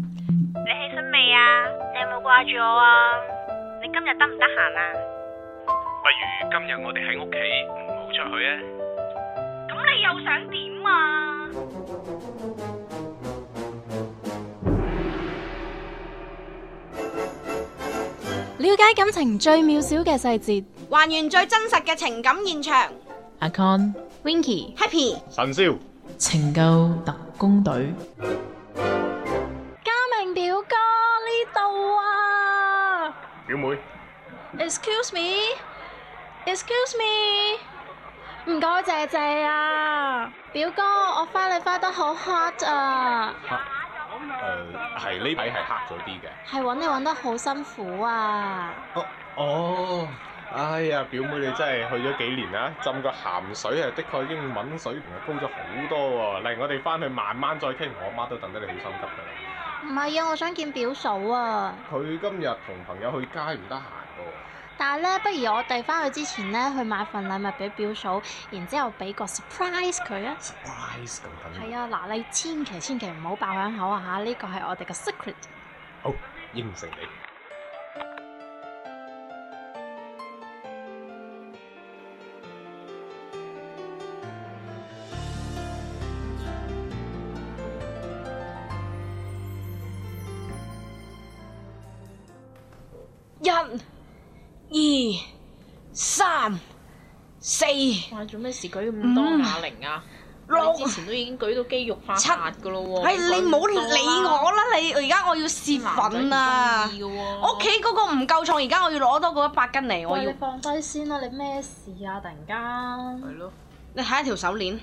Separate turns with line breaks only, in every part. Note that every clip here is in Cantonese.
你起身未啊？你有冇掛住我啊？你今日得唔得閒啊？
不如今日我哋喺屋企唔好出去啊！
咁你又想點啊？
了解感情最渺小嘅細節。
還原最真實嘅情感現場
阿 Con
Winky，
，Happy。
神少，
情救特工隊。
嘉明表哥呢度啊
表妹，
！Excuse me，Excuse me，唔該謝謝啊，表哥，我花你花得好 hot 啊，
誒係呢位係黑咗啲嘅。
係揾你揾得好辛苦啊！
哦哦，哎呀，表妹你真係去咗幾年啦，浸個鹹水啊，的確英文水平係高咗好多喎、嚟，我哋翻去慢慢再傾，我媽都等得你好心急㗎啦。
唔係啊，我想見表嫂啊，
佢今日同朋友去街唔得閒㗎
但係咧，不如我哋翻去之前咧，去買份禮物俾表嫂，然之後俾個 surprise 佢啊！
喎，surprise 咁緊
係
要，
啊，嗱，你千祈千祈唔好爆響口啊嚇！呢個係我哋嘅 secret。
應承你。
一、二、三、四、
哇！做咩事舉咁多
嗯
啞鈴啊？
六
你之前都已經舉到肌肉發達噶咯喎。
係你唔好理我啦！哎你而家我要泄憤啊！
屋
屋企嗰個唔夠重，而家我要攞多嗰一百斤嚟，我
喂，
要
你放低先啦！你咩事啊？突然間，
係咯，
你睇下條手鏈，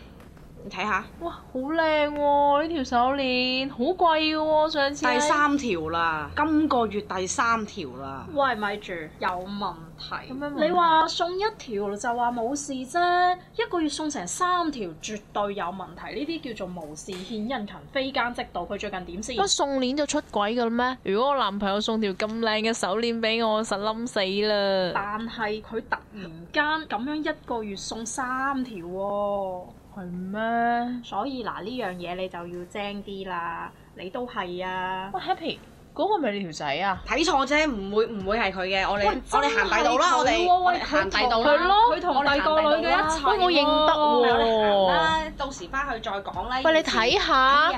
你睇下
哇！好靚喎！呢條手鏈好貴嘅喎，上次
第三條啦，今個月第三條啦，
喂，咪住，有問題。
咁樣問
你話送一條就話冇事啫，一個月送成三條絕對有問題。呢啲叫做無事獻殷勤，非奸即盜。佢最近點先？
不送鏈就出軌噶啦咩？如果我男朋友送條咁靚嘅手鏈俾我，實冧死啦！
但係佢突然間咁樣一個月送三條喎、
係咩？
所以嗱呢樣嘢你就要精啲啦。你都係啊。
哇！Happy 嗰個咪你條仔啊？
睇錯啫，唔會唔會係佢嘅，我哋
喂
我哋行底度啦，我哋我哋行底度
係
啦，
咯，
佢
佢
同
同第個女嘅一齊
喂，我認得
我
喎、
哋行啦，到時翻去再講啦。
喂，你睇下。
係啊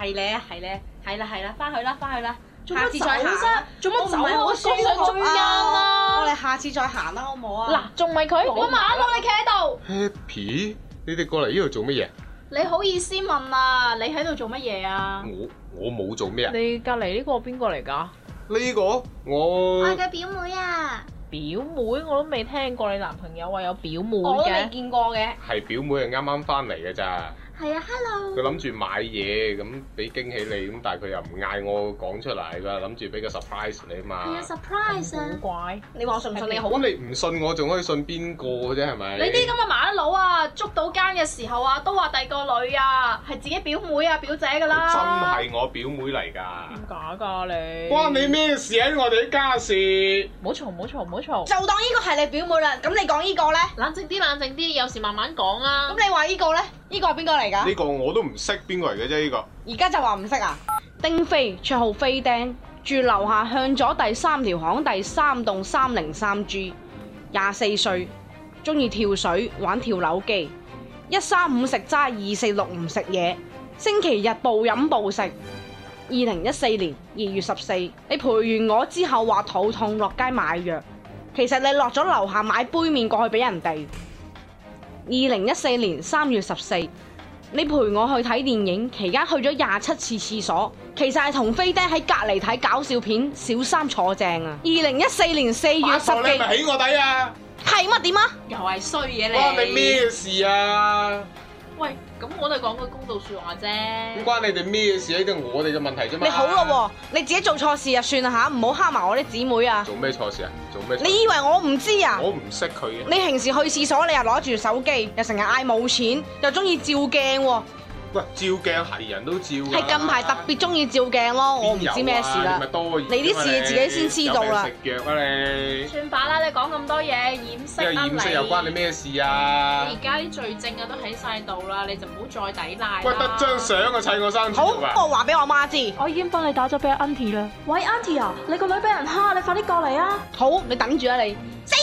係咧，係咧，係啦，係啦，翻去啦，翻去啦，
做
下
乜
次
走
再行
啫
啦。？
做乜走
我唔係
啊？
好
我
舒
想
服
上中間啦
我。哋下次再行啦，好唔好啊？
嗱，仲咪佢，
我
我
馬
馬
到你企喺度，
Happy，你哋過嚟呢度做乜嘢？
你好意思問啊？你喺度做乜嘢啊？
我我冇做咩啊？
你隔離呢個邊個嚟㗎？
呢個我
嘅表妹啊，
表妹我都未聽過你男朋友話有表妹
我都未
嘅，
見過嘅。
係表妹，係啱啱翻嚟嘅咋。
係啊，hello。
佢諗住買嘢咁俾驚喜你，咁但係佢又唔嗌我講出嚟㗎，諗住俾個 surprise 你啊
係
嘛
啊。，surprise 啊
好！怪。
你話我信唔信你好啊？
咁你唔信我，仲可以信邊個啫？係咪？
你啲咁嘅馬佬啊，捉到奸嘅時候啊，都話第個女啊係自己表妹啊表姐噶啦。
佢真係我表妹嚟㗎，
點假㗎你？
關你？咩事啊？我哋啲家事。
唔好嘈，唔好嘈，唔好嘈。
就當呢個係你表妹啦。咁你講呢個咧？
冷靜啲，冷靜啲，有時慢慢講啊。
咁你話呢個咧？呢個係邊個嚟㗎？
呢個我都唔識邊個嚟嘅啫，呢個。
而家就話唔識啊？丁飛，綽號飛釘，住樓下向左第三條巷第三棟三零三 G，廿四歲，中意跳水玩跳樓機，一三五食齋，二四六唔食嘢，星期日暴飲暴食。二零一四年二月十四，你陪完我之後話肚痛，落街買藥。其實你落咗樓下買杯麵過去俾人哋。二零一四年三月十四，你陪我去睇電影，期間去咗廿七次廁所，其實係同飛爹喺隔離睇搞笑片，小三坐正啊！二零一四年四月十
八婆你係
幾，
咪起我底啊？
係乜點啊？
又係衰嘢
關你？咩事啊？
喂，咁我都係講句公道説話
咁
啫。
關你哋咩事啊？呢啲係我哋嘅問題啫嘛。
你好咯喎，你自己做錯事啊，算啦吓，唔好蝦埋我啲姊妹啊！
做咩錯事啊？做咩錯事？
你以為我唔知啊？
我唔識佢嘅。
你平時去廁所，你又攞住手機，又成日嗌冇錢，又中意照鏡喎。
喂，照鏡係人都照㗎。
係近排特別中意照鏡咯，我唔知咩事
邊有啊
啦
你咪。多疑啊
你啲事自己先知道
有病
啦
食藥啊你，
算把啦，你講咁多嘢掩
因
飾
為
啦
染色又關你？咩事啊？
你而家啲罪證啊都喺晒度啦，你就唔好再抵賴
喂，得張相啊，砌我生肖
好，
啊！
我話俾我媽知。
啊
我已經幫你打咗俾阿 Auntie 啦。
喂，Auntie 啊，你個女俾人蝦，你快啲過嚟啊！
好，你等住啊你。死